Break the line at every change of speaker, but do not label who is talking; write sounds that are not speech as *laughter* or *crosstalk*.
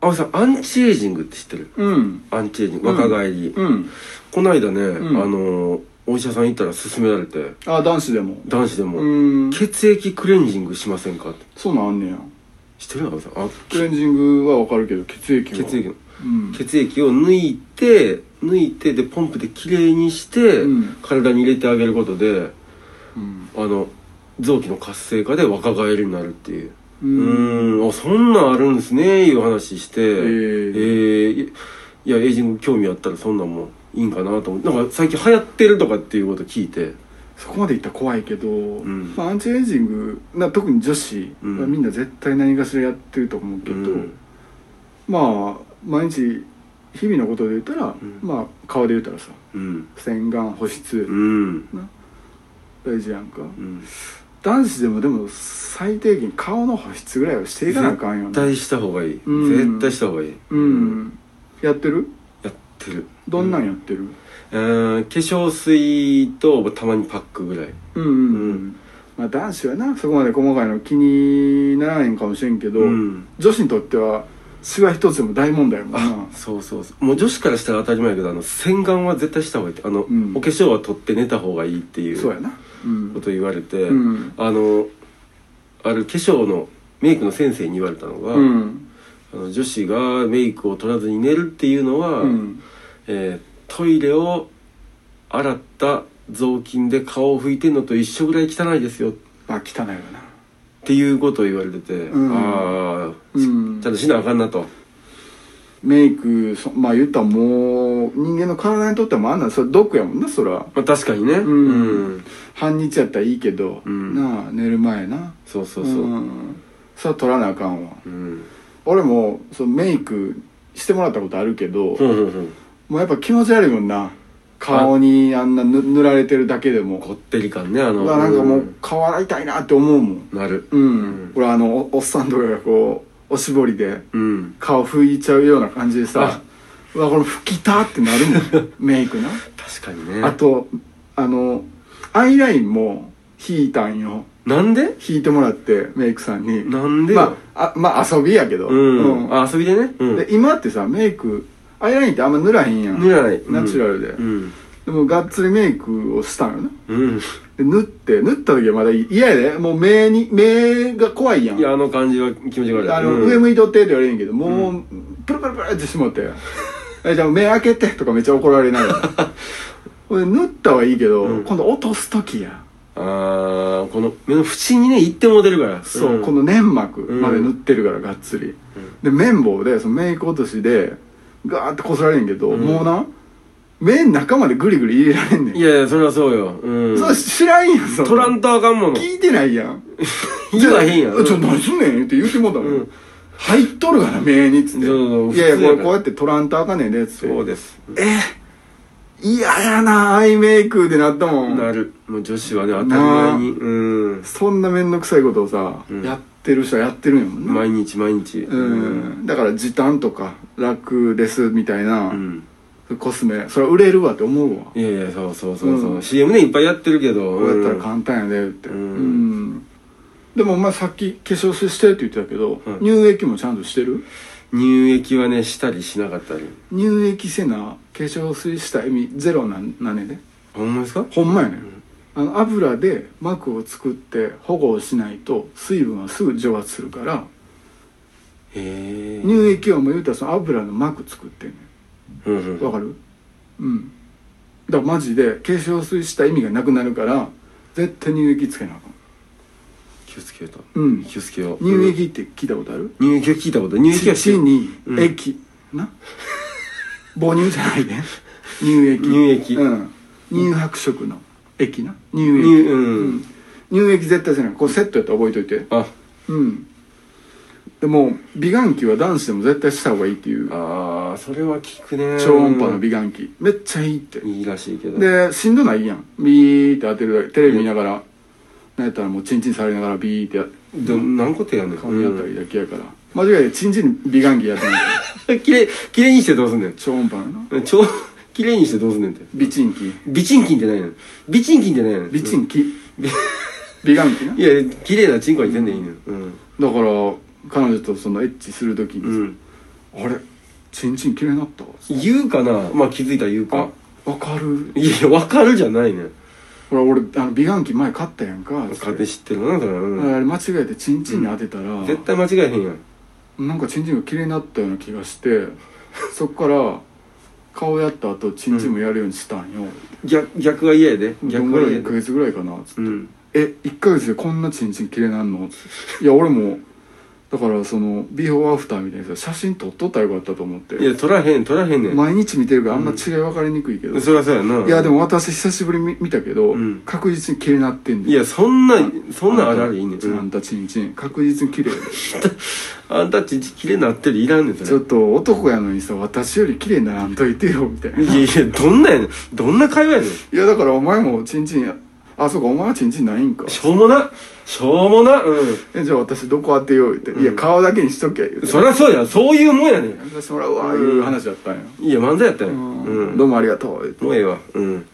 あさアンチエイジングって知ってる
うん
アンチエイジング
うん
若返り、
うん
こないだね、
ん
あのお医者さん行ったら勧められて
あ男子でも
男子でも、
うん
血液クレンジングしませんかって
そうなんあんねや
知ってる青さんあ
クレンジングはわかるけど血液は
血液の
うん
血液を抜いて抜いてでポンプできれいにして、
うん
体に入れてあげることで
うん
あの臓器の活性化で若返りになるっていう
う
うんーんあそんなんあるんですねいう話してえ
ー
ーいやエイジング興味あったらそんなんもいいんかなと思ってなんか最近流行ってるとかっていうこと聞いて
そこまでいったら怖いけど、
ん
まあ、アンチエイジングな特に女子は
うん
みんな絶対何かしらやってると思うけど、
うん
まあ毎日日々のことで言ったら、
ん
まあ顔で言ったらさ
うん
洗顔保
う
湿、
ん
な大事やん
う
か、
ん
男子でもでも最低限顔の保湿ぐらいはしていかなあかんよ
絶
ね
対した方がいい、
うん
絶対した方がいい
うんやってる
やってる
どんなんやってる
えー化粧水とたまにパックぐらい
うんうんうん、まあ、男子はなそこまで細かいの気にならへんかもしれんけど、
うん
女子にとってはシワ一つでも大問題やもんな
そうそうそうもう女子からしたら当たり前やけどあの洗顔は絶対した方がいいってあの、
うん
お化粧は取って寝た方がいいっていう
*laughs* そうやなうん
こと言われて、
うん
あのある化粧のメイクの先生に言われたのが、
うん
あの女子がメイクを取らずに寝るっていうのは、
うん
えートイレを洗った雑巾で顔を拭いてんのと一緒ぐらい汚いですよっ
まあ汚いよな
ていうことを言われてて、
うん
ああ、
うん
ちゃんとしなあかんなと
メイクそまあ言ったらもう人間の体にとってはもうあんなんそれ毒やもんなそら
まあ確かにね
う
うん
ん半日やったらいいけど、
うん
なあ寝る前な
そうそうそう、
んそれは取らなあかんわ
うん
俺もそのメイクしてもらったことあるけど、
うんうんうん
もうやっぱ気持ち悪いもんな顔にあんな塗塗られてるだけでも
こってり感ねあの
うわなんかもう顔洗いたいなって思うもん
うんなる
うん、
ん
俺あのおおっさんとかがこうおしぼりで
うん
顔拭いちゃうような感じでさうわこの拭きたってなる
*laughs*
もんメイクな
確かにね
あとあのアイラインも引いたんよ
なんで
引いてもらってメイクさんに
なんでよ
まああまあ遊びやけど
うん、
うん
あ遊びでね、うん、
で今ってさメイクアイラインってあんま塗らへんやん
塗らない
ナチュラルで、
うん
でもがっつりメイクをしたのよな
うん
で塗って塗った時はまだ嫌やでもう目に目が怖いやん
いやあの感じは気持ち悪い
あの、
うん
上向いとってって言われるんやけどもう、プルプルプルってしもって *laughs* 「えじゃあ目開けて」とかめっちゃ怒られなが
*laughs*
らこれ塗ったはいいけど、
うん
今度落とす時や
あーこの目の縁にね行っても出るから
そう、
ん
この粘膜
うん
まで塗ってるからがっつり、で綿棒でそのメイク落としでガーってこすられんけど、
ん
もうな目の中までグリグリ入れられんねん
いやいやそれはそうようん
それ知らんやんそんな
取らんとあかんもの
聞いてないやん
言わへんやん
じゃあちょ何すんねんって言うてもうたもん、
うん
入っとるがな目にっつって
そうそうそう
いやいや
普通やから
これこうやって取らんとあかんねんでっつって
そうです
え嫌やなアイメイクでなったもん
なるもう女子はね当たり前にうん
そんな面倒くさいことをさ、
うん
やってる人はやってるんやもんな、
毎日毎日
うん、だから時短とか楽ですみたいな、
うん
コスメそれは売れるわって思うわ、
いやいやそうそうそうそう、
うん
CM ねいっぱいやってるけど
こうやったら簡単やでって
う
うんん、でもお前さっき化粧水してって言ってたけど、
うん
乳液もちゃんとしてる
乳液はねしたりしなかったり
乳液せな化粧水した意味ゼロなんなんねんで
ほんまですか
ほんまやねん、あの油で膜を作って保護をしないと水分はすぐ蒸発するから
へえ
乳液はもう言うたらその油の膜作ってんね
うん
んわかるうんだからマジで化粧水した意味がなくなるから絶対乳液つけなあかん
気をつけようと
うん
気をつけよう
乳液って聞いたことある、
うん乳液は聞いたことない乳液は知
父
る
に
うん
液、な母乳じゃないで乳液
乳液
うん、乳白色の液な乳液
乳うん
乳液絶対じゃないこれセットやったら覚えといて
あ
うんでも美顔器は男子でも絶対した方がいいっていう
あーそれは効くね
超音波の美顔器めっちゃいいって
いいらしいけど
でしんどないやんビーって当てるだけテレビ見ながらなんやったらもうチンチンされながらビーってや
ど何個手やんねん
顔にやったりだけやから間違いでチンチン美顔器やってない
うん *laughs* きれいきれいにしてどうすんねん
超音波のな
超きれいにしてどうすんねんって
美チン器
美チンキンってないの美チンキンってないの
美チン器美顔器なだ
い
か
や綺麗なチンコにせんでいいのようん
ら彼女とそのエッチするときにさ、
うん
あれチンチン綺麗になった
言うかなまあ気づいたら言うか
あわかる
いやわかるじゃないね
ほら俺あの美顔器前買ったやんか
勝手知ってるなそれ、うん
あれ間違えてチンチンに当てたら、
絶対間違えへんやん
なんかチンチンが綺麗になったような気
*laughs*
がしてそっから顔やった後チンチンもやるようにしたんよ、
逆逆は嫌やで
どん
逆
ぐ
は
らい
嫌や
1ヶ
で
月ぐらいかなつって、
うん
え一1ヶ月でこんなチンチン綺麗なんのいや俺もだからそのビフォーアフターみたいなさ写真撮っとったらよかったと思って
いや取らへん取らへんねん、
毎日見てるからあんま違い分かりにくいけど、
そりゃそうやない
いやでも私久しぶりに見たけど、
うん
確実に綺麗になってんねん
いやそんなそんなんあるあるいいねん、
んあんたチンチン確実に綺麗
あんたち綺麗になってるいらんねんそれ
ちょっと男やのにさ私より綺麗にならんといてよみたいない
やいやどんなやねんどんな会話やねん
いやだからお前もチンチンやあそうかお前はチンチンないんか
しょうもなしょうもなう
えじゃあ私どこ当てよう言って、いや顔だけにしときゃ言うんて
そりゃそうやそういうもんやね
やらせてもらうわいう話だったんや、
んいや漫才やったよう
うん
ん
どうもありがとう言って
もうええわうん